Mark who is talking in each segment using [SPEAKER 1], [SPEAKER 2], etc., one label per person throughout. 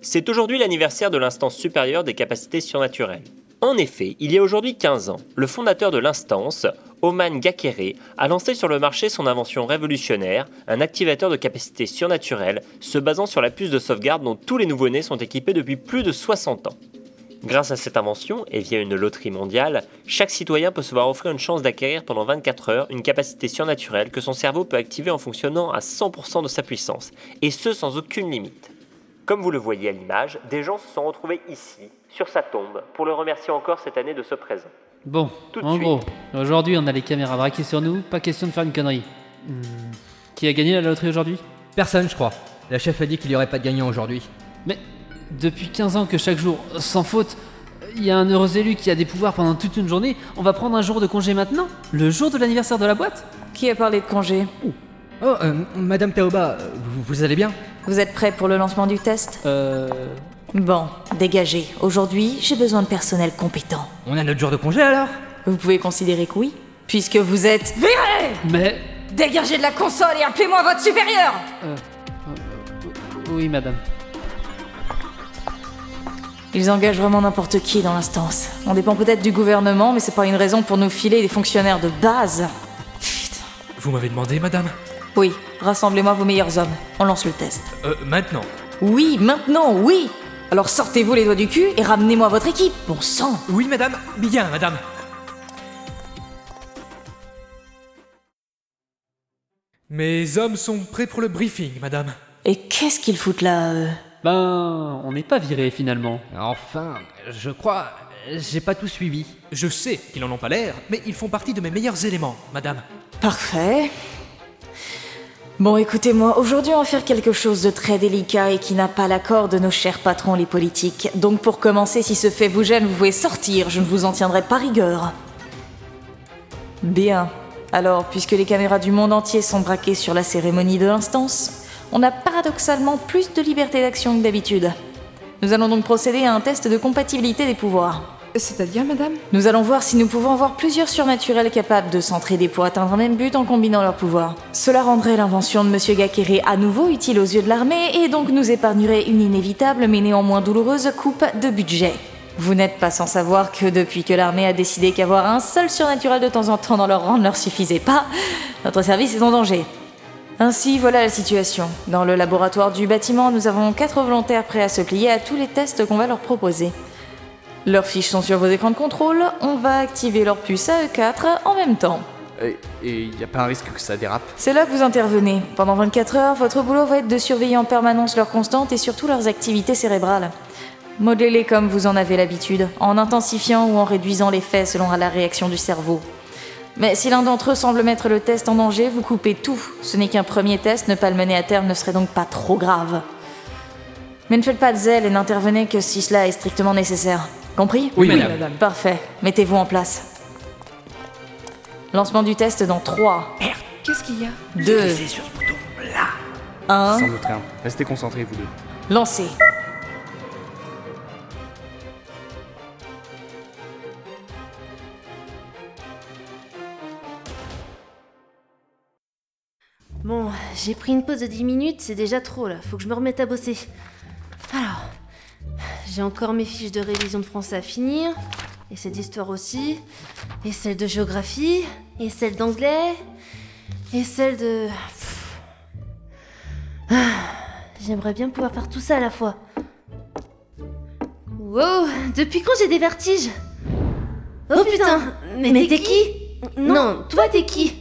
[SPEAKER 1] C'est aujourd'hui l'anniversaire de l'instance supérieure des capacités surnaturelles. En effet, il y a aujourd'hui 15 ans, le fondateur de l'instance, Oman Gakere, a lancé sur le marché son invention révolutionnaire, un activateur de capacités surnaturelles se basant sur la puce de sauvegarde dont tous les nouveau-nés sont équipés depuis plus de 60 ans. Grâce à cette invention, et via une loterie mondiale, chaque citoyen peut se voir offrir une chance d'acquérir pendant 24 heures une capacité surnaturelle que son cerveau peut activer en fonctionnant à 100% de sa puissance, et ce sans aucune limite. Comme vous le voyez à l'image, des gens se sont retrouvés ici, sur sa tombe, pour le remercier encore cette année de ce présent.
[SPEAKER 2] Bon,
[SPEAKER 1] Tout de
[SPEAKER 2] en
[SPEAKER 1] suite.
[SPEAKER 2] gros, aujourd'hui on a les caméras braquées sur nous, pas question de faire une connerie. Hmm, Qui a gagné la loterie aujourd'hui
[SPEAKER 3] Personne, je crois. La chef a dit qu'il n'y aurait pas de gagnant aujourd'hui.
[SPEAKER 2] Mais depuis 15 ans que chaque jour, sans faute, il y a un heureux élu qui a des pouvoirs pendant toute une journée, on va prendre un jour de congé maintenant Le jour de l'anniversaire de la boîte
[SPEAKER 4] Qui a parlé de congé
[SPEAKER 3] Oh, euh, Madame Taoba, euh, vous, vous allez bien
[SPEAKER 4] Vous êtes prêts pour le lancement du test
[SPEAKER 2] Euh...
[SPEAKER 4] Bon, dégagez. Aujourd'hui, j'ai besoin de personnel compétent.
[SPEAKER 3] On a notre jour de congé alors
[SPEAKER 4] Vous pouvez considérer que oui Puisque vous êtes... Viré
[SPEAKER 2] Mais...
[SPEAKER 4] Dégagez de la console et appelez-moi votre supérieur
[SPEAKER 2] Oui madame.
[SPEAKER 4] Ils engagent vraiment n'importe qui dans l'instance. On dépend peut-être du gouvernement, mais c'est pas une raison pour nous filer des fonctionnaires de base. Putain.
[SPEAKER 5] Vous m'avez demandé, madame
[SPEAKER 4] Oui, rassemblez-moi vos meilleurs hommes. On lance le test.
[SPEAKER 5] Euh, maintenant.
[SPEAKER 4] Oui, maintenant, oui Alors sortez-vous les doigts du cul et ramenez-moi votre équipe, bon sang
[SPEAKER 5] Oui, madame Bien, madame Mes hommes sont prêts pour le briefing, madame.
[SPEAKER 4] Et qu'est-ce qu'ils foutent là euh
[SPEAKER 2] Ben, on n'est pas viré finalement.
[SPEAKER 3] Enfin, je crois. J'ai pas tout suivi.
[SPEAKER 5] Je sais qu'ils n'en ont pas l'air, mais ils font partie de mes meilleurs éléments, madame.
[SPEAKER 4] Parfait. Bon, écoutez-moi, aujourd'hui on va faire quelque chose de très délicat et qui n'a pas l'accord de nos chers patrons les politiques. Donc pour commencer, si ce fait vous gêne, vous pouvez sortir, je ne vous en tiendrai pas rigueur. Bien. Alors, puisque les caméras du monde entier sont braquées sur la cérémonie de l'instance, on a paradoxalement plus de liberté d'action que d'habitude. Nous allons donc procéder à un test de compatibilité des pouvoirs.
[SPEAKER 6] C'est-à-dire, madame
[SPEAKER 4] Nous allons voir si nous pouvons avoir plusieurs surnaturels capables de s'entraider pour atteindre un même but en combinant leurs pouvoirs. Cela rendrait l'invention de Monsieur Gakere à nouveau utile aux yeux de l'armée et donc nous épargnerait une inévitable mais néanmoins douloureuse coupe de budget. Vous n'êtes pas sans savoir que depuis que l'armée a décidé qu'avoir un seul surnaturel de temps en temps dans leur rang ne leur suffisait pas, notre service est en danger. Ainsi, voilà la situation. Dans le laboratoire du bâtiment, nous avons quatre volontaires prêts à se plier à tous les tests qu'on va leur proposer. Leurs fiches sont sur vos écrans de contrôle, on va activer leur puce AE4 en même temps.
[SPEAKER 7] Et il n'y a pas un risque que ça dérape
[SPEAKER 4] C'est là que vous intervenez. Pendant 24 heures, votre boulot va être de surveiller en permanence leurs constantes et surtout leurs activités cérébrales. Modélez comme vous en avez l'habitude, en intensifiant ou en réduisant l'effet selon la réaction du cerveau. Mais si l'un d'entre eux semble mettre le test en danger, vous coupez tout. Ce n'est qu'un premier test, ne pas le mener à terme ne serait donc pas trop grave. Mais ne faites pas de zèle et n'intervenez que si cela est strictement nécessaire. Compris
[SPEAKER 2] Oui, madame.
[SPEAKER 4] Parfait, mettez-vous en place. Lancement du test dans 3,
[SPEAKER 6] Qu'est-ce qu'il y a
[SPEAKER 4] 2, 1,
[SPEAKER 7] Sans doute rien. Restez concentrés, vous deux.
[SPEAKER 4] lancez.
[SPEAKER 8] Bon, j'ai pris une pause de 10 minutes, c'est déjà trop là, faut que je me remette à bosser. Alors, j'ai encore mes fiches de révision de français à finir, et celle d'histoire aussi, et celle de géographie, et celle d'anglais, et celle de. Pff. Ah, J'aimerais bien pouvoir faire tout ça à la fois. Wow, depuis quand j'ai des vertiges Oh, putain, mais, t'es qui, non, toi t'es qui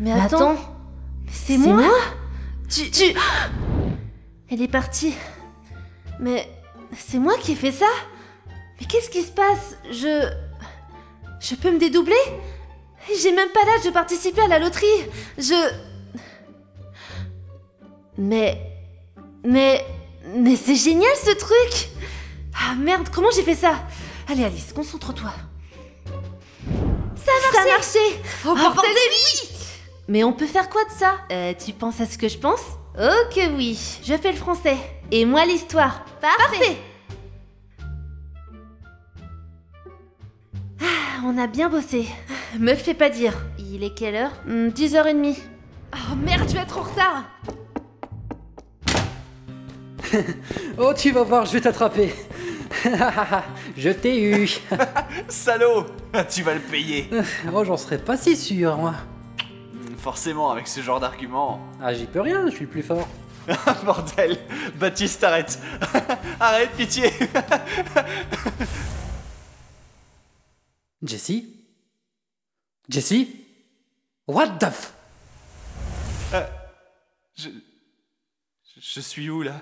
[SPEAKER 8] Mais attends. C'est moi, tu, tu... Elle est partie. Mais c'est moi qui ai fait ça Mais qu'est-ce qui se passe Je... Je peux me dédoubler J'ai même pas l'âge de participer à la loterie. Je... Mais... Mais... Mais c'est génial ce truc Ah merde, comment j'ai fait ça Allez Alice, concentre-toi. Ça a marché Ça a marché Oh, bordel mais on peut faire quoi de ça Euh, tu penses à ce que je pense Oh que oui Je fais le français. Et moi l'histoire. Parfait, Ah, on a bien bossé. Me le fais pas dire. Il est quelle heure Hmm, 10h30. Oh merde, je vais être en retard
[SPEAKER 3] Oh, tu vas voir, je vais t'attraper. je t'ai eu.
[SPEAKER 9] Salaud Tu vas le payer Hmm,
[SPEAKER 3] Oh, j'en serais pas si sûr, moi.
[SPEAKER 9] Forcément, avec ce genre d'argument.
[SPEAKER 3] Ah, j'y peux rien, je suis le plus fort.
[SPEAKER 9] Ah, Bordel Baptiste, arrête Arrête, pitié
[SPEAKER 3] Jessie Jessie What the f...
[SPEAKER 9] Je... Je suis où, là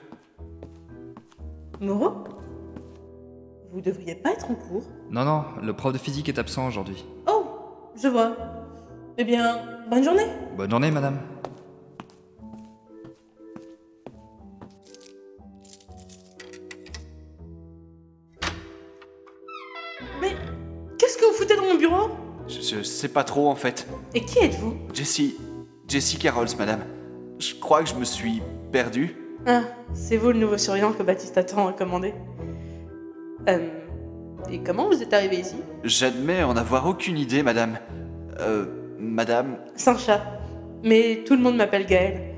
[SPEAKER 10] Moreau Vous devriez pas être en cours.
[SPEAKER 7] Non, non, le prof de physique est absent aujourd'hui.
[SPEAKER 10] Oh, je vois. Eh bien, bonne journée.
[SPEAKER 7] Bonne journée, madame.
[SPEAKER 10] Mais qu'est-ce que vous foutez dans mon bureau
[SPEAKER 9] je, je sais pas trop, en fait.
[SPEAKER 10] Et qui êtes-vous
[SPEAKER 9] Jessie... Jessie Carols, madame. Je crois que je me suis perdu.
[SPEAKER 10] Ah, c'est vous le nouveau surveillant que Baptiste attend à commander. Euh, et comment vous êtes arrivé ici
[SPEAKER 9] J'admets en avoir aucune idée, madame. Euh... Madame...
[SPEAKER 10] Sans chat. Mais tout le monde m'appelle Gaël.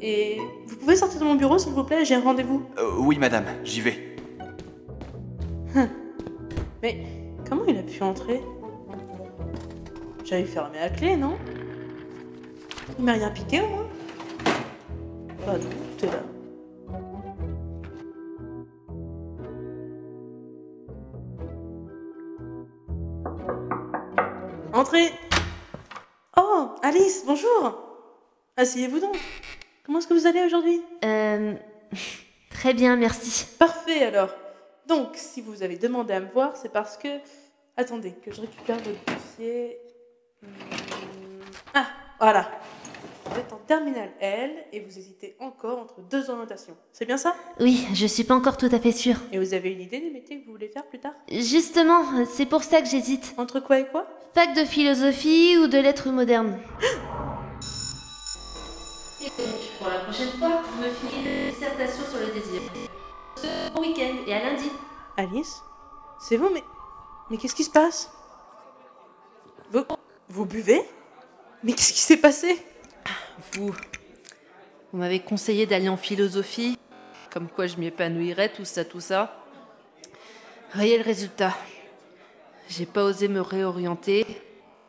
[SPEAKER 10] Et vous pouvez sortir de mon bureau, s'il vous plaît, j'ai un rendez-vous.
[SPEAKER 9] Euh, oui, madame, j'y vais.
[SPEAKER 10] Hein. Mais comment il a pu entrer J'avais fermé la clé, non Il m'a rien piqué, au moins Bah, Pas de doute, là. Entrez Oh, Alice, bonjour Asseyez-vous donc. Comment est-ce que vous allez aujourd'hui
[SPEAKER 8] Euh. Très bien, merci.
[SPEAKER 10] Parfait alors. Donc, si vous avez demandé à me voir, c'est parce que. Attendez, que je récupère votre dossier. Hum, Ah, voilà. Vous êtes en terminale L et vous hésitez encore entre deux orientations. C'est bien ça
[SPEAKER 8] Oui, je suis pas encore tout à fait sûre.
[SPEAKER 10] Et vous avez une idée des métiers que vous voulez faire plus tard
[SPEAKER 8] Justement, c'est pour ça que j'hésite.
[SPEAKER 10] Entre quoi et quoi
[SPEAKER 8] Fac de philosophie ou de lettres modernes Pour la prochaine fois, je me finis une dissertation sur le désir. Ce bon week-end et à lundi.
[SPEAKER 10] Alice C'est vous, mais. Mais qu'est-ce qui se passe Vous. Vous buvez Mais qu'est-ce qui s'est passé
[SPEAKER 11] Vous, vous m'avez conseillé d'aller en philosophie, comme quoi je m'épanouirais, tout ça, tout ça. Voyez le résultat. J'ai pas osé me réorienter.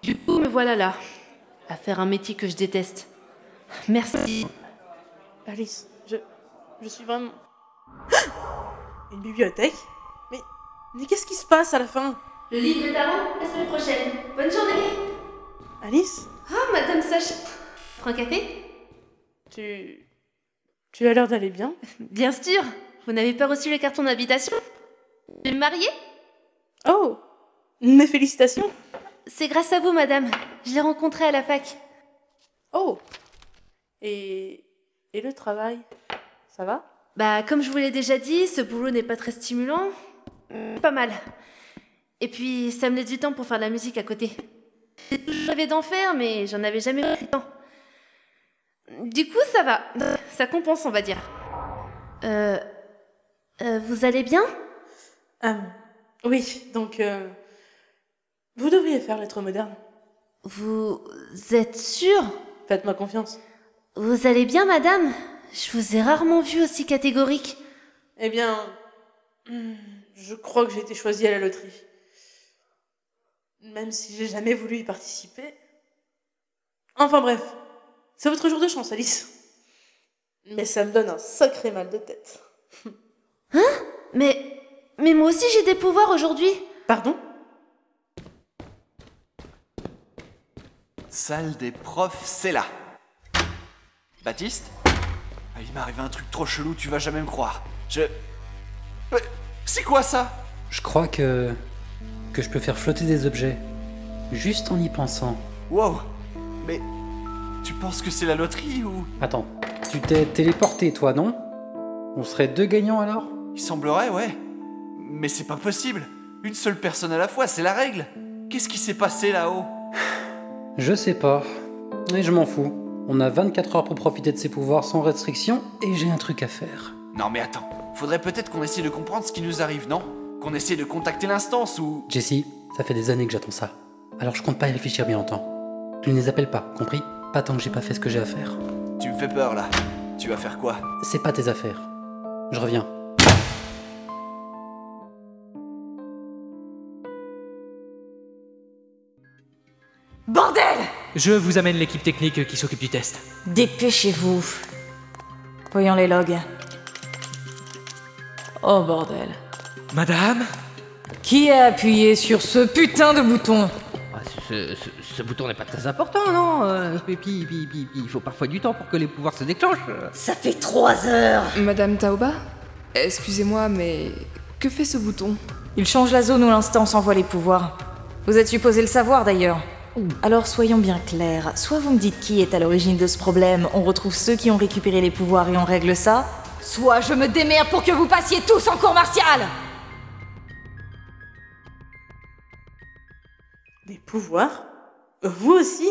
[SPEAKER 11] Du coup, me voilà là, à faire un métier que je déteste. Merci.
[SPEAKER 10] Alice, je. Je suis vraiment. Une bibliothèque Mais. Mais qu'est-ce qui se passe à la fin
[SPEAKER 8] Le livre de tarot, la semaine prochaine. Bonne journée
[SPEAKER 10] Alice
[SPEAKER 11] Ah,
[SPEAKER 8] Oh, madame Sacha Prends un café
[SPEAKER 10] Tu. Tu as l'air d'aller bien
[SPEAKER 8] Bien sûr Vous n'avez pas reçu le carton d'invitation Je suis mariée
[SPEAKER 10] Oh Mes félicitations
[SPEAKER 8] C'est grâce à vous, madame. Je l'ai rencontré à la fac.
[SPEAKER 10] Oh Et. Et le travail Ça va
[SPEAKER 8] Bah, comme je vous l'ai déjà dit, ce boulot n'est pas très stimulant. mais Pas mal. Et puis, ça me laisse du temps pour faire de la musique à côté. J'ai toujours rêvé d'en faire, mais j'en avais jamais eu le temps. Du coup, ça va. Ça compense, on va dire. Euh. euh, vous allez bien
[SPEAKER 10] Ah, oui, donc. euh, Vous devriez faire l'être moderne.
[SPEAKER 8] Vous êtes sûr
[SPEAKER 10] Faites-moi confiance.
[SPEAKER 8] Vous allez bien, madame Je vous ai rarement vue aussi catégorique.
[SPEAKER 10] Eh bien. hmm, Je crois que j'ai été choisie à la loterie. Même si j'ai jamais voulu y participer. Enfin bref, c'est votre jour de chance, Alice. Mais ça me donne un sacré mal de tête.
[SPEAKER 8] Mais. Mais moi aussi j'ai des pouvoirs aujourd'hui
[SPEAKER 10] Pardon
[SPEAKER 9] Salle des profs, c'est là. Baptiste Ah, Il m'est arrivé un truc trop chelou, tu vas jamais me croire. Je... Mais C'est quoi ça
[SPEAKER 3] Je crois que. que je peux faire flotter des objets. Juste en y pensant.
[SPEAKER 9] Wow Mais... Tu penses que c'est la loterie ou...
[SPEAKER 3] Attends, tu t'es téléporté, toi, non On serait deux gagnants alors
[SPEAKER 9] Il semblerait, ouais. Mais c'est pas possible. Une seule personne à la fois, c'est la règle. Qu'est-ce qui s'est passé là-haut
[SPEAKER 3] Je sais pas. Mais je m'en fous. On a 24 heures pour profiter de ses pouvoirs sans restriction et j'ai un truc à faire.
[SPEAKER 9] Non mais attends, faudrait peut-être qu'on essaie de comprendre ce qui nous arrive, non Qu'on essaie de contacter l'instance ou...
[SPEAKER 3] Jessie, ça fait des années que j'attends ça. Alors je compte pas y réfléchir bien longtemps. Tu ne les appelles pas, compris Pas tant que j'ai pas fait ce que j'ai à faire.
[SPEAKER 9] Tu me fais peur là. Tu vas faire quoi
[SPEAKER 3] C'est pas tes affaires. Je reviens.
[SPEAKER 4] Bordel
[SPEAKER 5] Je vous amène l'équipe technique qui s'occupe du test.
[SPEAKER 4] Dépêchez-vous. Voyons les logs. Oh bordel.
[SPEAKER 5] Madame
[SPEAKER 4] Qui a appuyé sur ce putain de bouton
[SPEAKER 12] Ah, ce, ce- ce bouton n'est pas très important, non euh, Et puis, puis- puis- puis, il faut parfois du temps pour que les pouvoirs se déclenchent.
[SPEAKER 6] Ça
[SPEAKER 12] fait
[SPEAKER 6] trois
[SPEAKER 12] heures.
[SPEAKER 6] Madame Taoba Excusez-moi, mais que fait ce bouton
[SPEAKER 4] Il change la zone où l'instance envoie les pouvoirs. Vous êtes supposé le savoir d'ailleurs. Alors soyons bien clairs, soit vous me dites qui est à l'origine de ce problème, on retrouve ceux qui ont récupéré les pouvoirs et on règle ça, soit je me démerde pour que vous passiez tous en cours martial
[SPEAKER 10] Des pouvoirs Vous aussi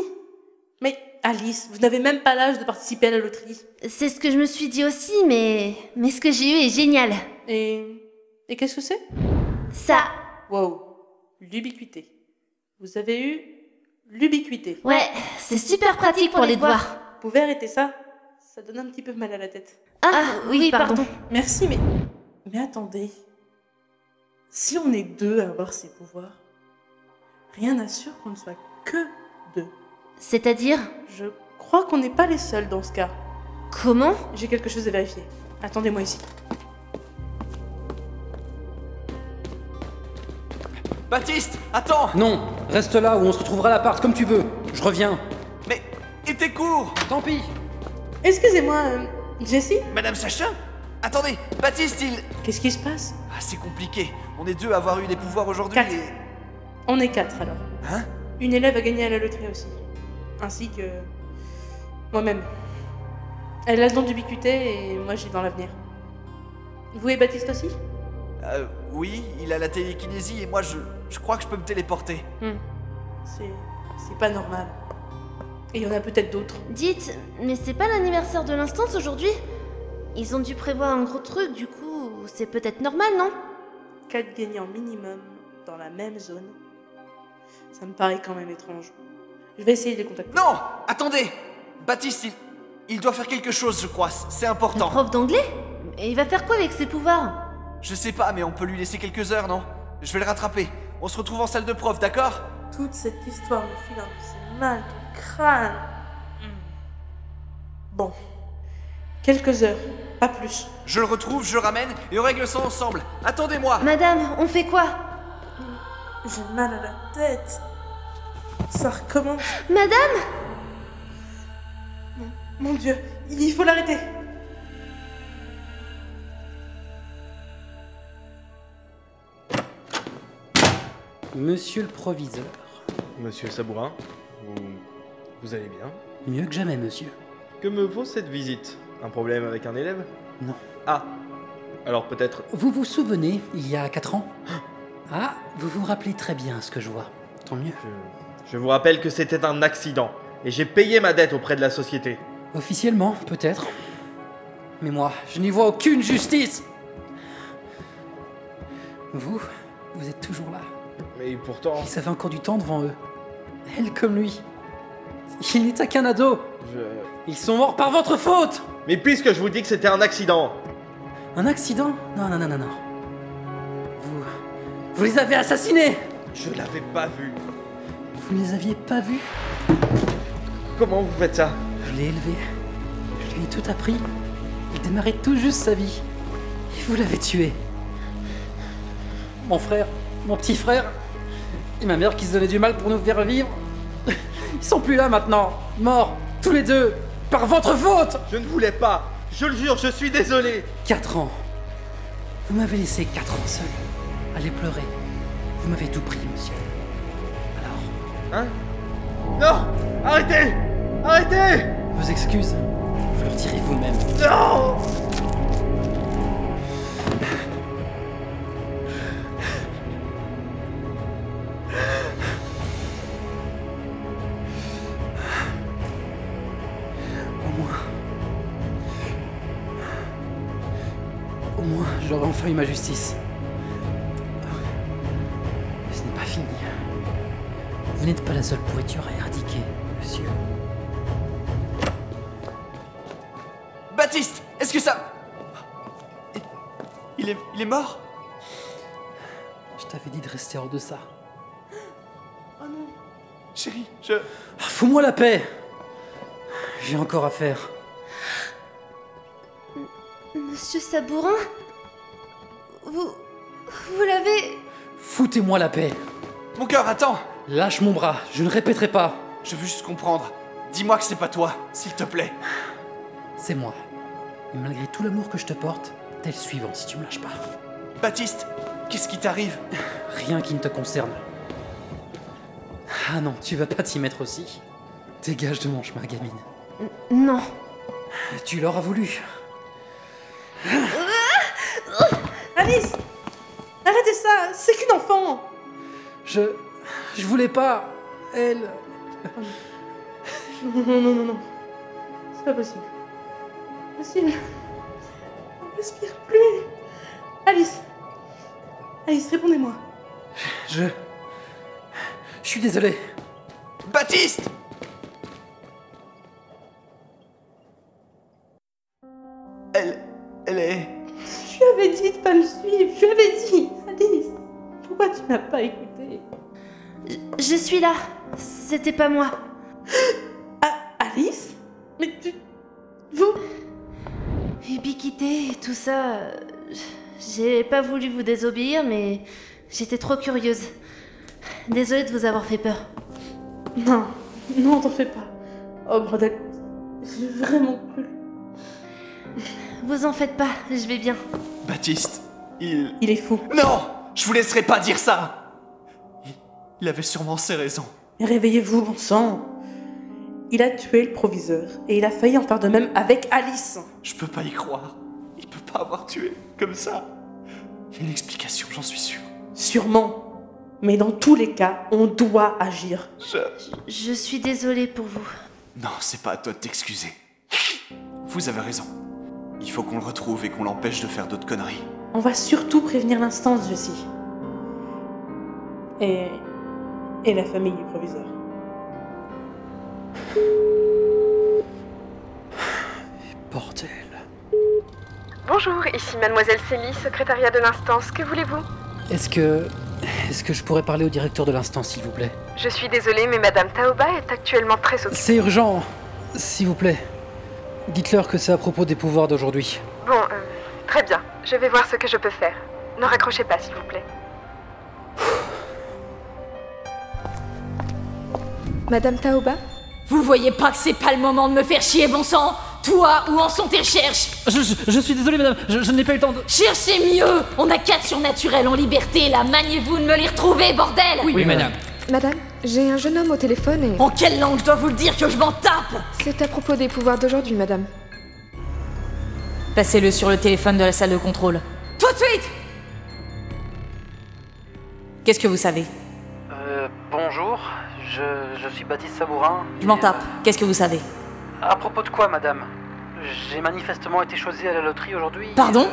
[SPEAKER 10] Mais Alice, vous n'avez même pas l'âge de participer à la loterie.
[SPEAKER 8] C'est ce que je me suis dit aussi, mais. Mais ce que j'ai eu est génial.
[SPEAKER 10] Et. Et qu'est-ce que c'est
[SPEAKER 8] Ça.
[SPEAKER 10] Wow. L'ubiquité. Vous avez eu l'ubiquité.
[SPEAKER 8] Ouais, c'est super pratique pour les devoirs.
[SPEAKER 10] Vous pouvez arrêter ça Ça donne un petit peu mal à la tête.
[SPEAKER 8] Ah, oui, pardon.
[SPEAKER 10] Merci, mais. Mais attendez. Si on est deux à avoir ces pouvoirs, rien n'assure qu'on ne soit que deux.
[SPEAKER 8] C'est-à-dire
[SPEAKER 10] Je crois qu'on n'est pas les seuls dans ce cas.
[SPEAKER 8] Comment
[SPEAKER 10] J'ai quelque chose à vérifier. Attendez-moi ici.
[SPEAKER 9] Baptiste, attends
[SPEAKER 3] Non, reste là ou on se retrouvera à l'appart comme tu veux. Je reviens.
[SPEAKER 9] Et tes cours
[SPEAKER 3] Tant pis
[SPEAKER 10] Excusez-moi, euh, Jessie
[SPEAKER 9] Madame Sacha Attendez, Baptiste, il...
[SPEAKER 10] Qu'est-ce qui se passe
[SPEAKER 9] Ah, c'est compliqué. On est deux à avoir eu des pouvoirs aujourd'hui.
[SPEAKER 10] Quatre. On est quatre alors.
[SPEAKER 9] Hein
[SPEAKER 10] Une élève a gagné à la loterie aussi. Ainsi que. moi-même. Elle a le don d'ubiquité et moi j'ai dans l'avenir. Vous et Baptiste aussi
[SPEAKER 9] Euh, oui, il a la télékinésie et moi, je, je crois que je peux me téléporter.
[SPEAKER 10] C'est. c'est pas normal. Et il y en a peut-être d'autres.
[SPEAKER 8] Dites, mais c'est pas l'anniversaire de l'instance aujourd'hui Ils ont dû prévoir un gros truc, du coup, c'est peut-être normal, non
[SPEAKER 10] Quatre gagnants minimum dans la même zone. Ça me paraît quand même étrange. Je vais essayer de les contacter.
[SPEAKER 9] Non Attendez Baptiste, il... Il doit faire quelque chose, je crois. C'est important.
[SPEAKER 8] Prof d'anglais Et il va faire quoi avec ses pouvoirs
[SPEAKER 9] Je sais pas, mais on peut lui laisser quelques heures, non Je vais le rattraper. On se retrouve en salle de prof, d'accord
[SPEAKER 10] Toute cette histoire me file un peu si mal de crâne. Hmm. Bon. Quelques heures, pas plus.
[SPEAKER 9] Je le retrouve, je le ramène et on règle ça ensemble. Attendez-moi
[SPEAKER 8] Madame, on fait quoi
[SPEAKER 10] J'ai mal à la tête. Ça recommence.
[SPEAKER 8] Madame
[SPEAKER 10] Mon Dieu, il faut l'arrêter.
[SPEAKER 3] Monsieur le proviseur.
[SPEAKER 13] Monsieur Sabourin, vous... vous allez bien
[SPEAKER 3] Mieux que jamais, monsieur.
[SPEAKER 13] Que me vaut cette visite Un problème avec un élève
[SPEAKER 3] Non.
[SPEAKER 13] Ah Alors peut-être...
[SPEAKER 3] Vous vous souvenez, il y a 4 ans Ah, vous vous rappelez très bien ce que je vois. Tant mieux.
[SPEAKER 13] Je vous rappelle que c'était un accident, et j'ai payé ma dette auprès de la société.
[SPEAKER 3] Officiellement, peut-être. Mais moi, je n'y vois aucune justice Vous, vous êtes toujours là.
[SPEAKER 13] Mais pourtant...
[SPEAKER 3] Ils avaient encore du temps devant eux. Elle comme lui. Il n'est à qu'un ado Ils sont morts par votre faute
[SPEAKER 13] Mais puisque je vous dis que c'était un accident
[SPEAKER 3] Un accident Non, non, non, non, non. Vous... Vous les avez assassinés
[SPEAKER 13] Je l'avais pas vu
[SPEAKER 3] Vous ne les aviez pas vus
[SPEAKER 13] Comment vous faites ça
[SPEAKER 3] Je l'ai élevé. Je lui ai tout appris. Il démarrait tout juste sa vie. Et vous l'avez tué. Mon frère, mon petit frère, et ma mère qui se donnait du mal pour nous faire vivre. Ils sont plus là maintenant. Morts, tous les deux, par votre faute
[SPEAKER 13] Je ne voulais pas Je le jure, je suis désolé
[SPEAKER 3] 4 ans. Vous m'avez laissé 4 ans seul. Allez pleurer. Vous m'avez tout pris, monsieur.
[SPEAKER 13] Hein Non Arrêtez Arrêtez
[SPEAKER 3] Vos excuses, vous les retirez vous-même.
[SPEAKER 13] Non
[SPEAKER 3] Au moins. Au moins, j'aurai enfin eu ma justice. Mais ce n'est pas fini. Vous n'êtes pas la seule pourriture à éradiquer, monsieur.
[SPEAKER 9] Baptiste, est-ce que ça... il est, il est mort
[SPEAKER 3] Je t'avais dit de rester hors de ça.
[SPEAKER 9] Oh non. Chérie, je.
[SPEAKER 3] Ah, Fous-moi la paix J'ai encore à faire.
[SPEAKER 8] Monsieur Sabourin Vous. Vous l'avez.
[SPEAKER 3] Foutez-moi la paix
[SPEAKER 9] Mon cœur, attends
[SPEAKER 3] Lâche mon bras, je ne répéterai pas.
[SPEAKER 9] Je veux juste comprendre. Dis-moi que c'est pas toi, s'il te plaît.
[SPEAKER 3] C'est moi. Et malgré tout l'amour que je te porte, t'es le suivant si tu me lâches pas.
[SPEAKER 9] Baptiste, qu'est-ce qui t'arrive
[SPEAKER 3] Rien qui ne te concerne. Ah non, tu vas pas t'y mettre aussi. Dégage de mon chemin, gamine.
[SPEAKER 8] Non.
[SPEAKER 3] Tu l'auras voulu.
[SPEAKER 10] Alice Arrêtez ça C'est qu'une enfant
[SPEAKER 3] Je. Je voulais pas. Elle.
[SPEAKER 10] Non, non, non, non, non. C'est pas possible. Possible. On respire plus. Alice. Alice, répondez-moi.
[SPEAKER 3] Je. Je suis désolé.
[SPEAKER 9] Baptiste Elle. Elle est.
[SPEAKER 10] Je lui avais dit de pas me suivre. Je lui avais dit. Alice, pourquoi tu m'as pas écouté
[SPEAKER 8] Je, je suis là. C'était pas moi.
[SPEAKER 10] Ah, Alice Mais tu. Vous
[SPEAKER 8] Ubiquité et tout ça. euh, J'ai pas voulu vous désobéir, mais j'étais trop curieuse. Désolée de vous avoir fait peur.
[SPEAKER 10] Non. Non, t'en fais pas. Oh bordel. J'ai vraiment cru.
[SPEAKER 8] Vous en faites pas, je vais bien.
[SPEAKER 9] Baptiste, il.
[SPEAKER 10] Il est fou.
[SPEAKER 9] Non Je vous laisserai pas dire ça Il- Il avait sûrement ses raisons.
[SPEAKER 10] Mais Réveillez-vous, bon sang. Il a tué le proviseur et il a failli en faire de même avec Alice.
[SPEAKER 9] Je peux pas y croire. Il peut pas avoir tué comme ça. Il y a une explication, j'en suis sûr.
[SPEAKER 10] Sûrement. Mais dans tous les cas, on doit agir.
[SPEAKER 9] Je.
[SPEAKER 8] Je suis désolée pour vous.
[SPEAKER 9] Non, c'est pas à toi de t'excuser. Vous avez raison. Il faut qu'on le retrouve et qu'on l'empêche de faire d'autres conneries.
[SPEAKER 10] On va surtout prévenir l'instance, Jessie. Et. et la famille du proviseur.
[SPEAKER 3] Bordel.
[SPEAKER 14] Bonjour, ici Mademoiselle Célie, secrétariat de l'instance. Que voulez-vous
[SPEAKER 3] Est-ce que. Est-ce que je pourrais parler au directeur de l'instance, s'il vous plaît
[SPEAKER 14] Je suis désolée, mais Madame Taoba est actuellement très occupée.
[SPEAKER 3] C'est urgent, s'il vous plaît. Dites-leur que c'est à propos des pouvoirs d'aujourd'hui.
[SPEAKER 14] Bon, euh, très bien. Je vais voir ce que je peux faire. Ne raccrochez pas, s'il vous plaît.
[SPEAKER 4] Madame Taoba Vous voyez pas que c'est pas le moment de me faire chier, bon sang Toi, où en sont tes recherches
[SPEAKER 2] Je, je- je suis désolé, madame, je, je n'ai pas eu le temps de.
[SPEAKER 4] Cherchez mieux On a quatre surnaturels en liberté, là, maniez-vous de me les retrouver, bordel
[SPEAKER 14] Madame, j'ai un jeune homme au téléphone et.
[SPEAKER 4] En quelle langue dois vous le dire que je m'en tape
[SPEAKER 14] C'est à propos des pouvoirs d'aujourd'hui, madame.
[SPEAKER 4] Passez-le sur le téléphone de la salle de contrôle. Tout de suite Qu'est-ce que vous savez
[SPEAKER 15] Euh, bonjour, je, je suis Baptiste Sabourin.
[SPEAKER 4] Je m'en tape. Qu'est-ce que vous savez
[SPEAKER 15] À propos de quoi, madame J'ai manifestement été choisi à la loterie aujourd'hui.
[SPEAKER 4] Pardon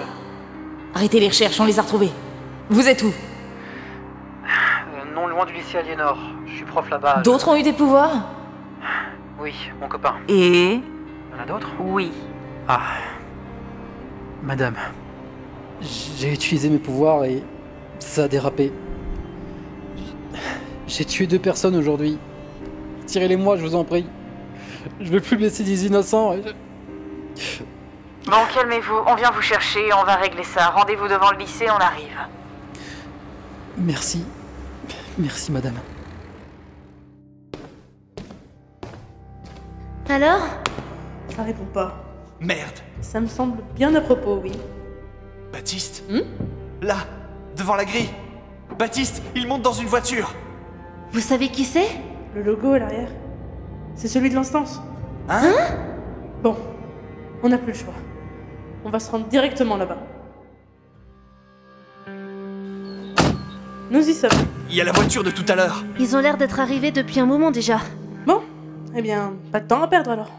[SPEAKER 4] Arrêtez les recherches, on les a retrouvés. Vous êtes où
[SPEAKER 15] Euh, non loin du lycée Aliénor. Je suis prof là-bas.
[SPEAKER 4] D'autres ont eu des pouvoirs
[SPEAKER 15] Oui, mon copain.
[SPEAKER 4] Et
[SPEAKER 15] Il y en a d'autres
[SPEAKER 4] Oui.
[SPEAKER 15] Ah.
[SPEAKER 3] Madame, j'ai utilisé mes pouvoirs et ça a dérapé. J'ai tué deux personnes aujourd'hui. Tirez-les moi, je vous en prie. Je veux plus blesser des innocents. et je-
[SPEAKER 16] Bon, calmez-vous, on vient vous chercher, on va régler ça. Rendez-vous devant le lycée, on arrive.
[SPEAKER 3] Merci. Merci, madame.
[SPEAKER 10] Alors Ça répond pas.
[SPEAKER 9] Merde
[SPEAKER 10] Ça me semble bien à propos, oui.
[SPEAKER 9] Baptiste Là, devant la grille Baptiste, il monte dans une voiture
[SPEAKER 10] Vous savez qui c'est Le logo à l'arrière. C'est celui de l'instance.
[SPEAKER 9] Hein
[SPEAKER 10] Bon, on n'a plus le choix. On va se rendre directement là-bas. Nous y sommes.
[SPEAKER 9] Il y a la voiture de tout à l'heure
[SPEAKER 8] Ils ont l'air d'être arrivés depuis un moment déjà.
[SPEAKER 10] Bon, eh bien, pas de temps à perdre alors.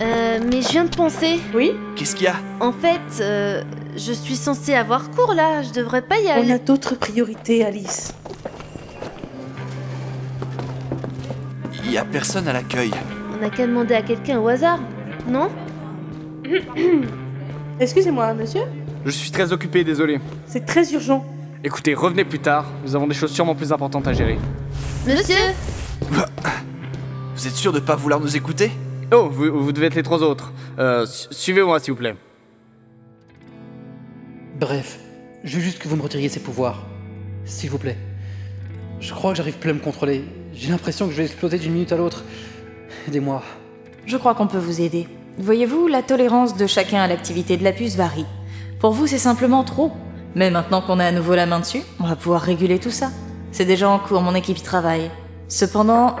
[SPEAKER 8] Euh, mais je viens de penser.
[SPEAKER 10] Oui
[SPEAKER 9] Qu'est-ce qu'il y a
[SPEAKER 8] En fait, euh, je suis censée avoir cours là, je devrais pas y
[SPEAKER 10] On
[SPEAKER 8] aller.
[SPEAKER 10] a d'autres priorités, Alice.
[SPEAKER 9] Il y a personne à l'accueil.
[SPEAKER 8] On a qu'à demander à quelqu'un au hasard, non
[SPEAKER 10] Excusez-moi, monsieur
[SPEAKER 17] Je suis très occupé, désolé.
[SPEAKER 10] C'est très urgent.
[SPEAKER 17] Écoutez, revenez plus tard, nous avons des choses sûrement plus importantes à gérer.
[SPEAKER 8] Monsieur
[SPEAKER 9] Vous êtes sûr de pas vouloir nous écouter
[SPEAKER 17] Oh, vous, vous devez être les trois autres. Euh, su- Suivez-moi, s'il vous plaît.
[SPEAKER 5] Bref, je veux juste que vous me retiriez ces pouvoirs. S'il vous plaît. Je crois que j'arrive plus à me contrôler. J'ai l'impression que je vais exploser d'une minute à l'autre. Aidez-moi.
[SPEAKER 4] Je crois qu'on peut vous aider. Voyez-vous, la tolérance de chacun à l'activité de la puce varie. Pour vous, c'est simplement trop. Mais maintenant qu'on a à nouveau la main dessus, on va pouvoir réguler tout ça. C'est déjà en cours, mon équipe y travaille. Cependant...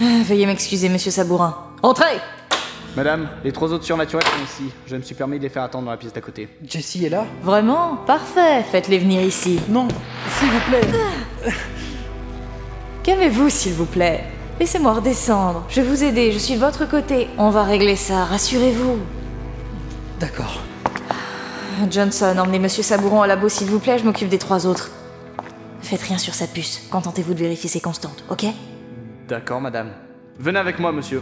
[SPEAKER 4] Ah, Veuillez m'excuser, monsieur Sabourin. Entrez
[SPEAKER 17] Madame, les trois autres surnaturels sont ici. Je me suis permis de les faire attendre dans la pièce d'à côté.
[SPEAKER 5] Jessie est là
[SPEAKER 4] Vraiment Parfait, faites-les venir ici.
[SPEAKER 5] Non, s'il vous plaît.
[SPEAKER 4] Calmez-vous, s'il vous plaît. Laissez-moi redescendre. Je vais vous aider, je suis de votre côté. On va régler ça, rassurez-vous.
[SPEAKER 5] D'accord.
[SPEAKER 4] Johnson, emmenez Monsieur Sabouron à la labo, s'il vous plaît, je m'occupe des trois autres. Faites rien sur sa puce, contentez-vous de vérifier ses constantes, ok
[SPEAKER 17] D'accord, madame. Venez avec moi, monsieur.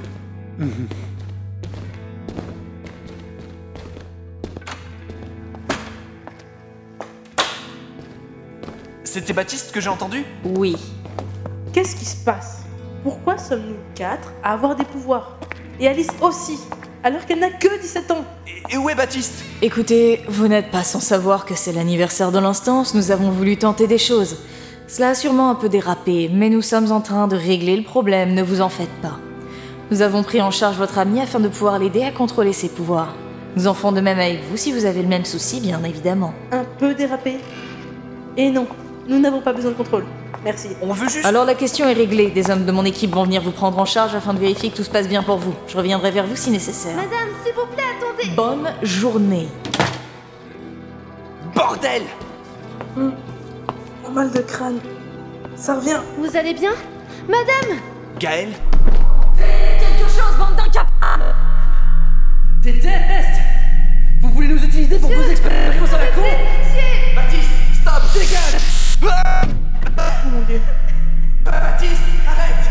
[SPEAKER 9] C'était Baptiste que j'ai entendu
[SPEAKER 4] Oui.
[SPEAKER 10] Qu'est-ce qui se passe Pourquoi sommes-nous quatre à avoir des pouvoirs Et Alice aussi, alors qu'elle n'a que 17 ans
[SPEAKER 9] Et où est Baptiste
[SPEAKER 4] Écoutez, vous n'êtes pas sans savoir que c'est l'anniversaire de l'instance, nous avons voulu tenter des choses. Cela a sûrement un peu dérapé, mais nous sommes en train de régler le problème, ne vous en faites pas. Nous avons pris en charge votre ami afin de pouvoir l'aider à contrôler ses pouvoirs. Nous en ferons de même avec vous si vous avez le même souci, bien évidemment.
[SPEAKER 10] Un peu dérapé Et non, nous n'avons pas besoin de contrôle. Merci.
[SPEAKER 9] On veut juste...
[SPEAKER 4] Alors la question est réglée, des hommes de mon équipe vont venir vous prendre en charge afin de vérifier que tout se passe bien pour vous. Je reviendrai vers vous si nécessaire.
[SPEAKER 8] Madame, s'il vous plaît, attendez
[SPEAKER 4] Bonne journée.
[SPEAKER 9] Bordel
[SPEAKER 10] Un mal de crâne. Ça revient.
[SPEAKER 8] Vous allez bien Madame
[SPEAKER 9] Gaël
[SPEAKER 16] Quelque chose, bande d'incapables
[SPEAKER 5] Déteste Vous voulez nous utiliser pour vos expériences à la con
[SPEAKER 9] Baptiste, stop Dégage Ah
[SPEAKER 10] Oh mon dieu.
[SPEAKER 9] Baptiste, arrête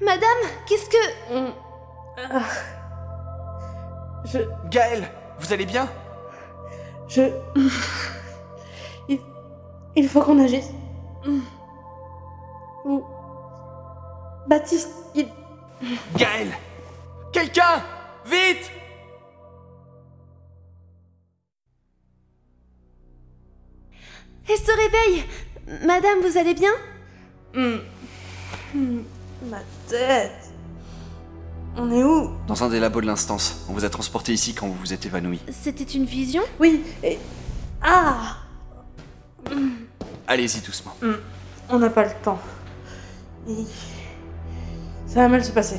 [SPEAKER 8] Madame, qu'est-ce que...
[SPEAKER 10] Ah. Je...
[SPEAKER 9] Gaël, vous allez bien
[SPEAKER 10] Je... Il, il faut qu'on agisse. Ou... Baptiste, il...
[SPEAKER 9] Gaël Quelqu'un Vite
[SPEAKER 8] Elle se réveille Madame, vous allez bien
[SPEAKER 10] Hmm. Hmm. Ma tête. On est où
[SPEAKER 9] Dans un des labos de l'instance, on vous a transporté ici quand vous vous êtes évanoui.
[SPEAKER 8] C'était une vision
[SPEAKER 10] Oui, et... Ah Hmm,
[SPEAKER 9] Allez-y doucement.
[SPEAKER 10] On n'a pas le temps. Il- Ça va mal se passer.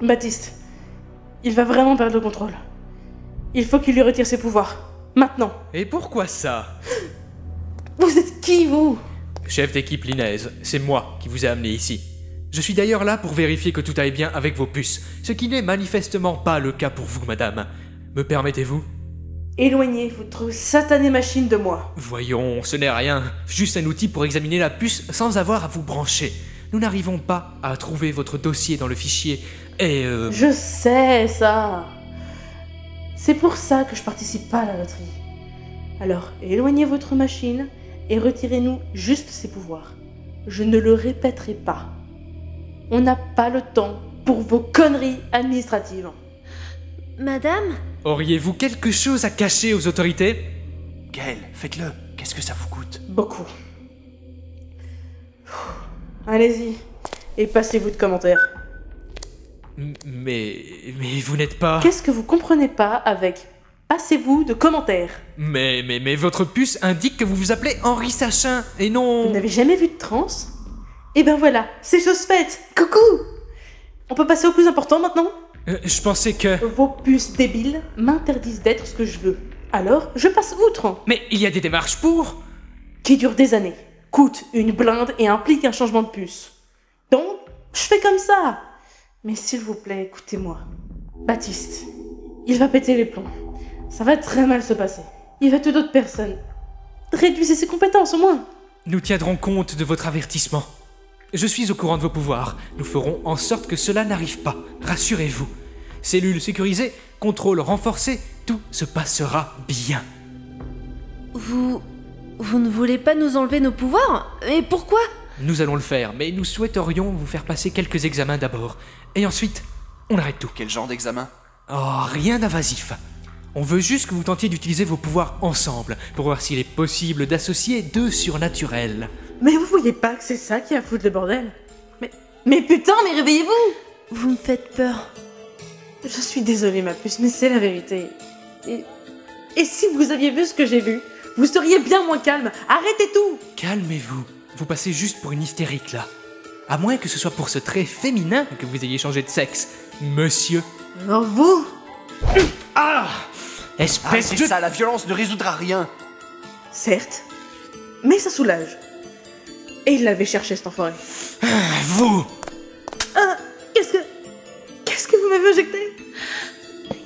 [SPEAKER 10] Baptiste, il va vraiment perdre le contrôle. Il faut qu'il lui retire ses pouvoirs. Maintenant.
[SPEAKER 5] Et pourquoi ça
[SPEAKER 10] Vous êtes qui, vous
[SPEAKER 5] Chef d'équipe Linaise, c'est moi qui vous ai amené ici. Je suis d'ailleurs là pour vérifier que tout aille bien avec vos puces, ce qui n'est manifestement pas le cas pour vous, madame. Me permettez-vous
[SPEAKER 10] Éloignez votre satanée machine de moi.
[SPEAKER 5] Voyons, ce n'est rien. Juste un outil pour examiner la puce sans avoir à vous brancher. Nous n'arrivons pas à trouver votre dossier dans le fichier et... euh,
[SPEAKER 10] Je sais ça. C'est pour ça que je participe pas à la loterie. Alors, éloignez votre machine et retirez-nous juste ses pouvoirs. Je ne le répéterai pas. On n'a pas le temps pour vos conneries administratives.
[SPEAKER 8] Madame
[SPEAKER 5] Auriez-vous quelque chose à cacher aux autorités
[SPEAKER 9] Gaël, faites-le. Qu'est-ce que ça vous coûte
[SPEAKER 10] Beaucoup. Allez-y et passez-vous de commentaires.
[SPEAKER 5] M- Mais... Mais vous n'êtes pas...
[SPEAKER 10] Qu'est-ce que vous comprenez pas avec passez-vous de commentaires
[SPEAKER 5] Mais, mais, mais votre puce indique que vous vous appelez Henri Sachin et non...
[SPEAKER 10] Vous n'avez jamais vu de trans Eh ben voilà, c'est chose faite Coucou On peut passer au plus important maintenant
[SPEAKER 5] Euh, je pensais que...
[SPEAKER 10] Vos puces débiles m'interdisent d'être ce que je veux. Alors, je passe outre
[SPEAKER 5] Mais il y a des démarches pour
[SPEAKER 10] Qui durent des années, coûtent une blinde et impliquent un changement de puce. Donc, je fais comme ça Mais s'il vous plaît, écoutez-moi. Baptiste, il va péter les plombs. Ça va très mal se passer. Il va tuer d'autres personnes. Réduisez ses compétences au moins
[SPEAKER 5] Nous tiendrons compte de votre avertissement. Je suis au courant de vos pouvoirs. Nous ferons en sorte que cela n'arrive pas. Rassurez-vous. Cellules sécurisées, contrôle renforcé, tout se passera bien.
[SPEAKER 8] Vous. Vous ne voulez pas nous enlever nos pouvoirs Et pourquoi
[SPEAKER 5] Nous allons le faire, mais nous souhaiterions vous faire passer quelques examens d'abord. Et ensuite, on arrête tout.
[SPEAKER 9] Quel genre d'examen
[SPEAKER 5] Oh, rien d'invasif. On veut juste que vous tentiez d'utiliser vos pouvoirs ensemble pour voir s'il est possible d'associer deux surnaturels.
[SPEAKER 10] Mais vous voyez pas que c'est ça qui a foutu le bordel Mais, mais putain, mais réveillez-vous
[SPEAKER 8] Vous me faites peur.
[SPEAKER 10] Je suis désolée, ma puce, mais c'est la vérité. Et, et si vous aviez vu ce que j'ai vu, vous seriez bien moins calme. Arrêtez tout
[SPEAKER 5] Calmez-vous, vous passez juste pour une hystérique là. À moins que ce soit pour ce trait féminin que vous ayez changé de sexe, monsieur.
[SPEAKER 10] Alors vous
[SPEAKER 5] Ah Espèce
[SPEAKER 9] Arrêtez
[SPEAKER 5] de.
[SPEAKER 9] ça, la violence ne résoudra rien.
[SPEAKER 10] Certes, mais ça soulage. Et il l'avait cherché cet enfoiré.
[SPEAKER 5] Vous
[SPEAKER 10] Ah Qu'est-ce que. Qu'est-ce que vous m'avez injecté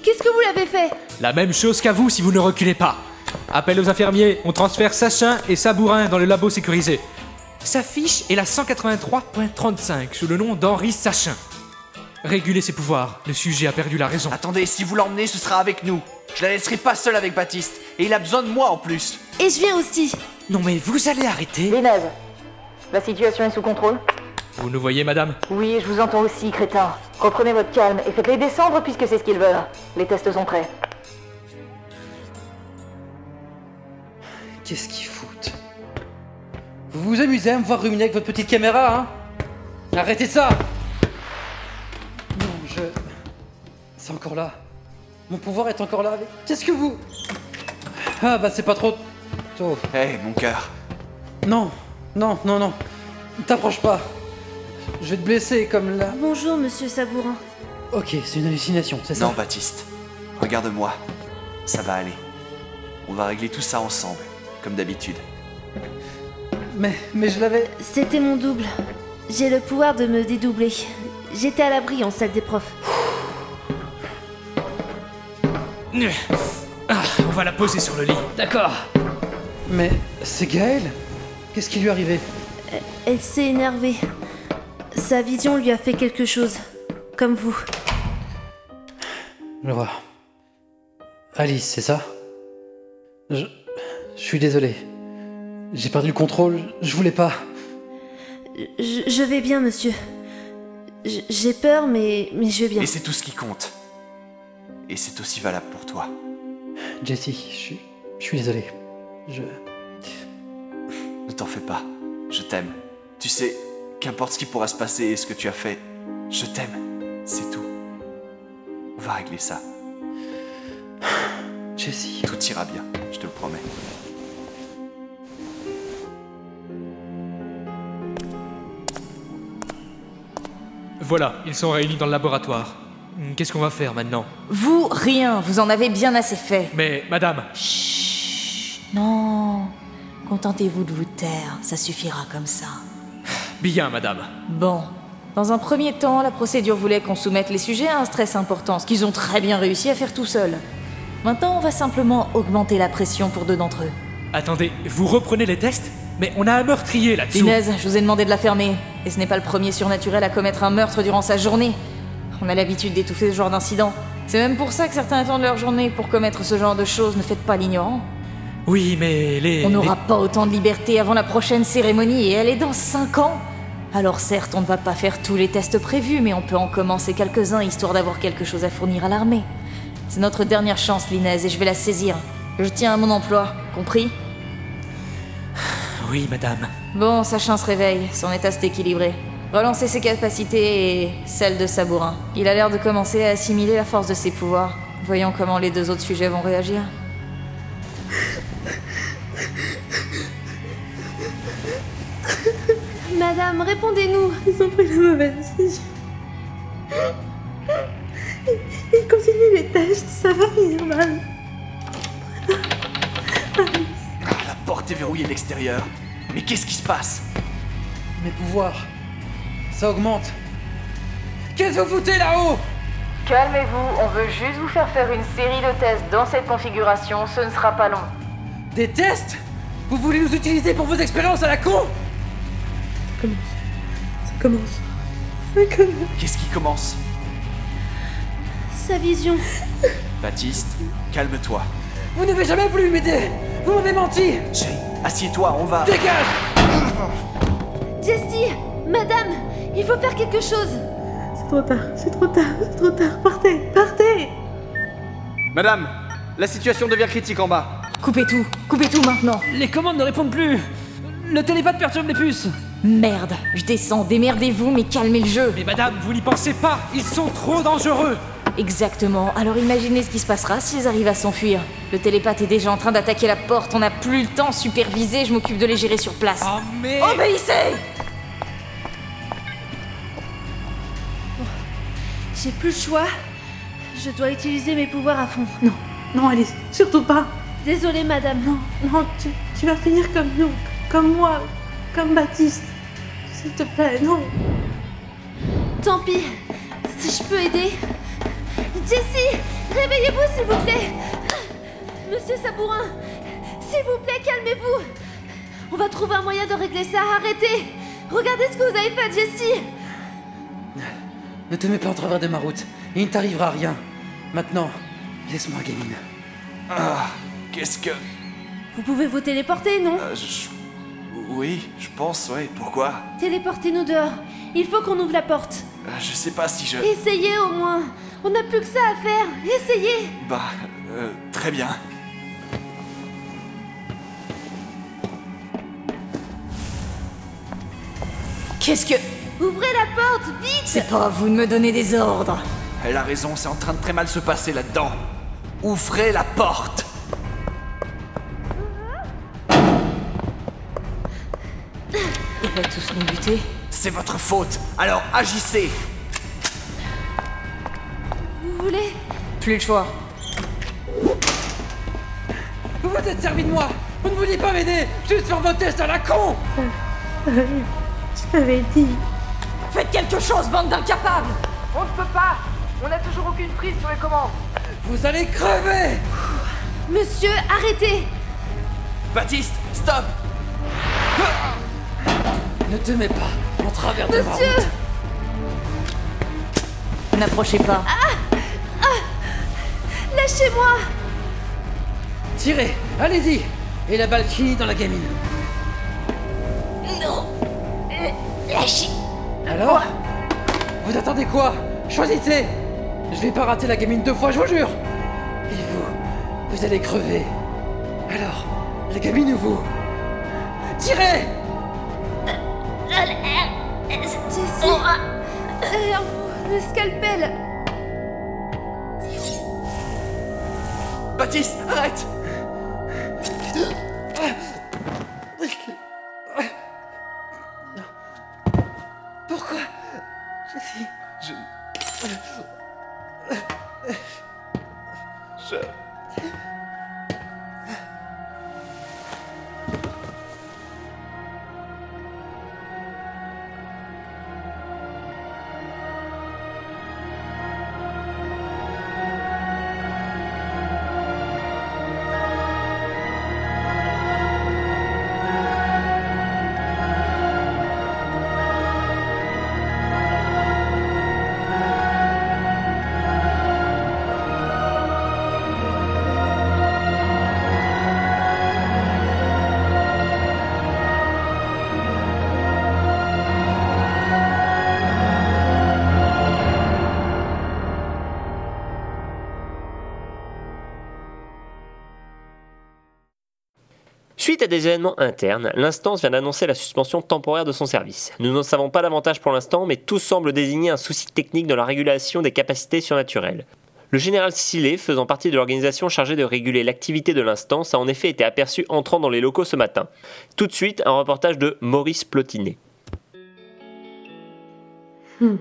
[SPEAKER 8] Qu'est-ce que vous l'avez fait
[SPEAKER 5] La même chose qu'à vous si vous ne reculez pas. Appel aux infirmiers, on transfère Sachin et Sabourin dans le labo sécurisé. Sa fiche est la 183.35 sous le nom d'Henri Sachin. Régulez ses pouvoirs, le sujet a perdu la raison.
[SPEAKER 9] Attendez, si vous l'emmenez, ce sera avec nous. Je la laisserai pas seule avec Baptiste. Et il a besoin de moi en plus.
[SPEAKER 8] Et je viens aussi.
[SPEAKER 5] Non mais vous allez arrêter
[SPEAKER 16] Dénez, la situation est sous contrôle
[SPEAKER 5] Vous nous voyez madame
[SPEAKER 16] Oui, je vous entends aussi, crétin. Reprenez votre calme et faites-les descendre puisque c'est ce qu'ils veulent. Les tests sont prêts.
[SPEAKER 3] Qu'est-ce qu'ils foutent Vous vous amusez à me voir ruminer avec votre petite caméra, hein Arrêtez ça Non, je. C'est encore là. Mon pouvoir est encore là. mais Qu'est-ce que vous. Ah, bah c'est pas trop. tôt.
[SPEAKER 9] Eh, mon cœur.
[SPEAKER 3] Non, non, non, non. Ne T'approche pas. Je vais te blesser comme là.
[SPEAKER 8] Bonjour, monsieur Sabourin.
[SPEAKER 3] Ok, c'est une hallucination, c'est ça
[SPEAKER 9] Non, Baptiste. Regarde-moi. Ça va aller. On va régler tout ça ensemble, comme d'habitude.
[SPEAKER 3] Mais, mais je l'avais.
[SPEAKER 8] C'était mon double. J'ai le pouvoir de me dédoubler. J'étais à l'abri en salle des profs.
[SPEAKER 5] Ah, on va la poser sur le lit.
[SPEAKER 3] D'accord. Mais c'est Gaël Qu'est-ce qui lui est arrivé
[SPEAKER 8] Elle s'est énervée. Sa vision lui a fait quelque chose. Comme vous.
[SPEAKER 3] Je vois. Alice, c'est ça Je. Je suis désolé. J'ai perdu le contrôle, je voulais pas.
[SPEAKER 8] Je, je vais bien, monsieur. Je- J'ai peur, mais, mais je vais bien.
[SPEAKER 9] Et c'est tout ce qui compte. Et c'est aussi valable pour toi.
[SPEAKER 3] Jessie, je suis. Je suis désolé. Je.
[SPEAKER 9] Ne t'en fais pas. Je t'aime. Tu sais, qu'importe ce qui pourra se passer et ce que tu as fait, je t'aime. C'est tout. On va régler ça.
[SPEAKER 3] Jessie.
[SPEAKER 9] Tout ira bien, je te le promets.
[SPEAKER 5] Voilà, ils sont réunis dans le laboratoire. Hmm, Qu'est-ce qu'on va faire maintenant
[SPEAKER 4] Vous, rien, vous en avez bien assez fait.
[SPEAKER 5] Mais madame,
[SPEAKER 4] Non, contentez-vous de vous taire, ça suffira comme ça.
[SPEAKER 5] bien madame.
[SPEAKER 4] Bon. Dans un premier temps, la procédure voulait qu'on soumette les sujets à un stress important, ce qu'ils ont très bien réussi à faire tout seuls. Maintenant, on va simplement augmenter la pression pour deux d'entre eux.
[SPEAKER 5] Attendez, vous reprenez les tests Mais on a un meurtrier là-dessous.
[SPEAKER 4] Punaise, je vous ai demandé de la fermer. Et ce n'est pas le premier surnaturel à commettre un meurtre durant sa journée. On a l'habitude d'étouffer ce genre d'incident. C'est même pour ça que certains attendent leur journée pour commettre ce genre de choses. Ne faites pas l'ignorant.
[SPEAKER 5] Oui, mais les...
[SPEAKER 4] On
[SPEAKER 5] les-
[SPEAKER 4] n'aura pas autant de liberté avant la prochaine cérémonie et elle est dans 5 ans. Alors certes, on ne va pas faire tous les tests prévus, mais on peut en commencer quelques-uns histoire d'avoir quelque chose à fournir à l'armée. C'est notre dernière chance, Linaise, et je vais la saisir. Je tiens à mon emploi, compris
[SPEAKER 5] Oui, madame.
[SPEAKER 4] Bon, Sachin se réveille, son état s'est équilibré. Relancez ses capacités et celles de Sabourin. Il a l'air de commencer à assimiler la force de ses pouvoirs. Voyons comment les deux autres sujets vont réagir.
[SPEAKER 8] Madame, répondez-nous.
[SPEAKER 10] Ils ont pris la mauvaise décision. Ils, ils continuent les tests, ça va finir mal.
[SPEAKER 9] La porte est verrouillée de l'extérieur. Mais qu'est-ce qui se passe
[SPEAKER 3] Mes pouvoirs. Ça augmente. Qu'est-ce que vous foutez là-haut
[SPEAKER 4] Calmez-vous, on veut juste vous faire faire une série de tests dans cette configuration, ce ne sera pas long.
[SPEAKER 3] Des tests Vous voulez nous utiliser pour vos expériences à la con
[SPEAKER 10] Ça commence.
[SPEAKER 9] Qu'est-ce qui commence
[SPEAKER 8] Sa vision.
[SPEAKER 9] Baptiste, calme-toi.
[SPEAKER 3] Vous n'avez jamais voulu m'aider Vous m'avez menti
[SPEAKER 9] Jay, assieds-toi, on va.
[SPEAKER 3] Dégage
[SPEAKER 8] Jessie, madame, il faut faire quelque chose.
[SPEAKER 10] C'est trop tard, c'est trop tard, c'est trop tard. Partez, partez
[SPEAKER 17] Madame, la situation devient critique en bas.
[SPEAKER 4] Coupez tout, coupez tout maintenant.
[SPEAKER 2] Les commandes ne répondent plus. Le télépathe perturbe les puces.
[SPEAKER 4] Merde, je descends, démerdez-vous, mais calmez le jeu.
[SPEAKER 5] Mais Eh, madame, vous n'y pensez pas, ils sont trop dangereux.
[SPEAKER 4] Exactement, alors imaginez ce qui se passera s'ils arrivent à s'enfuir. Le télépathe est déjà en train d'attaquer la porte, on n'a plus le temps supervisé, je m'occupe de les gérer sur place.
[SPEAKER 5] Oh mais...
[SPEAKER 4] Obéissez
[SPEAKER 8] J'ai plus le choix. Je dois utiliser mes pouvoirs à fond.
[SPEAKER 10] Non, non, allez, surtout pas.
[SPEAKER 8] Désolée, madame.
[SPEAKER 10] Non, non, tu, tu vas finir comme nous, comme moi, comme Baptiste. S'il te plaît, non.
[SPEAKER 8] Tant pis. Si je peux aider. Jessie, réveillez-vous, s'il vous plaît. Monsieur Sabourin, s'il vous plaît, calmez-vous. On va trouver un moyen de régler ça. Arrêtez. Regardez ce que vous avez fait, Jessie.
[SPEAKER 3] Ne te mets pas en travers de ma route, il ne t'arrivera rien. Maintenant, laisse-moi, gamine.
[SPEAKER 9] Ah, qu'est-ce que.
[SPEAKER 8] Vous pouvez vous téléporter, non
[SPEAKER 9] Euh, je- Oui, je pense, ouais. Pourquoi
[SPEAKER 8] Téléportez-nous dehors. Il faut qu'on ouvre la porte.
[SPEAKER 9] Euh, Je sais pas si je.
[SPEAKER 8] Essayez au moins. On n'a plus que ça à faire. Essayez.
[SPEAKER 9] Bah, euh, très bien.
[SPEAKER 4] Qu'est-ce que...
[SPEAKER 8] Ouvrez la porte, vite
[SPEAKER 4] C'est pas à vous de me donner des ordres.
[SPEAKER 9] Elle a raison, c'est en train de très mal se passer là-dedans. Ouvrez la porte
[SPEAKER 4] Ils veulent tous nous buter.
[SPEAKER 9] C'est votre faute, alors agissez
[SPEAKER 8] Vous voulez
[SPEAKER 4] Plus le choix.
[SPEAKER 3] Vous vous êtes servi de moi Vous ne vouliez pas m'aider Juste faire vos tests à la con
[SPEAKER 10] Je t'avais dit.
[SPEAKER 4] Faites quelque chose, bande d'incapables
[SPEAKER 16] On ne peut pas On n'a toujours aucune prise sur les commandes
[SPEAKER 3] Vous allez crever
[SPEAKER 8] Monsieur, arrêtez.
[SPEAKER 9] Baptiste, stop
[SPEAKER 3] Ah. Ne te mets pas en travers de ma route
[SPEAKER 4] N'approchez pas.
[SPEAKER 8] Lâchez-moi.
[SPEAKER 3] Tirez Allez-y Et la balle finit dans la gamine
[SPEAKER 4] Non Lâchez
[SPEAKER 3] Alors Vous attendez quoi Choisissez Je vais pas rater la gamine deux fois, je vous jure Et vous Vous allez crever Alors, la gamine ou vous Tirez
[SPEAKER 8] Jessie. Euh, le scalpel.
[SPEAKER 9] Baptiste, arrête
[SPEAKER 3] Pourquoi
[SPEAKER 9] Je. Je.
[SPEAKER 1] Suite à des événements internes, l'instance vient d'annoncer la suspension temporaire de son service. Nous n'en savons pas davantage pour l'instant, mais tout semble désigner un souci technique dans la régulation des capacités surnaturelles. Le général Sillet, faisant partie de l'organisation chargée de réguler l'activité de l'instance, a en effet été aperçu entrant dans les locaux ce matin. Tout de suite, un reportage de Maurice Plotinet.
[SPEAKER 10] Hum,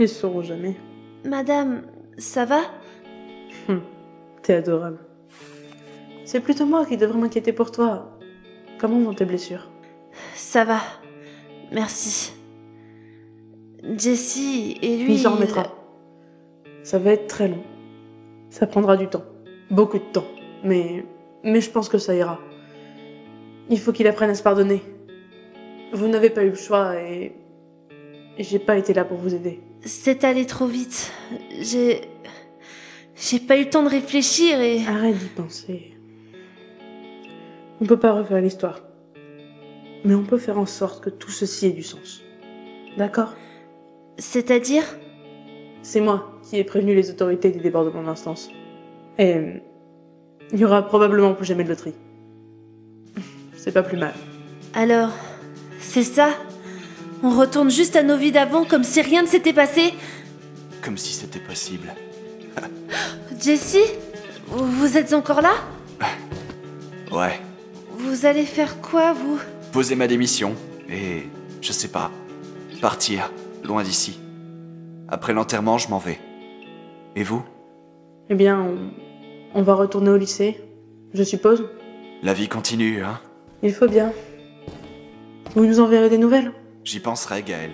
[SPEAKER 10] Ils sauront jamais.
[SPEAKER 8] Madame, ça va
[SPEAKER 10] Hmm. T'es adorable. C'est plutôt moi qui devrais m'inquiéter pour toi. Comment vont tes blessures
[SPEAKER 8] Ça va. Merci. Jessie et lui.
[SPEAKER 10] Il s'en
[SPEAKER 8] il-
[SPEAKER 10] remettra. Ça va être très long. Ça prendra du temps. Beaucoup de temps. Mais, mais je pense que ça ira. Il faut qu'il apprenne à se pardonner. Vous n'avez pas eu le choix et. et j'ai pas été là pour vous aider.
[SPEAKER 8] C'est allé trop vite. J'ai. J'ai pas eu le temps de réfléchir et.
[SPEAKER 10] Arrête d'y penser. On peut pas refaire l'histoire. Mais on peut faire en sorte que tout ceci ait du sens. D'accord
[SPEAKER 8] C'est-à-dire
[SPEAKER 10] C'est moi qui ai prévenu les autorités des débordements d'instance. Et. euh, Il y aura probablement plus jamais de loterie. C'est pas plus mal.
[SPEAKER 8] Alors, c'est ça On retourne juste à nos vies d'avant comme si rien ne s'était passé
[SPEAKER 9] Comme si c'était possible.
[SPEAKER 8] Jessie Vous êtes encore là
[SPEAKER 9] Ouais.
[SPEAKER 8] Vous allez faire quoi, vous
[SPEAKER 9] Poser ma démission et. je sais pas. Partir, loin d'ici. Après l'enterrement, je m'en vais. Et vous
[SPEAKER 10] Eh bien, on, on va retourner au lycée, je suppose.
[SPEAKER 9] La vie continue, hein
[SPEAKER 10] Il faut bien. Vous nous enverrez des nouvelles
[SPEAKER 9] J'y penserai, Gaël.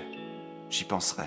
[SPEAKER 9] J'y penserai.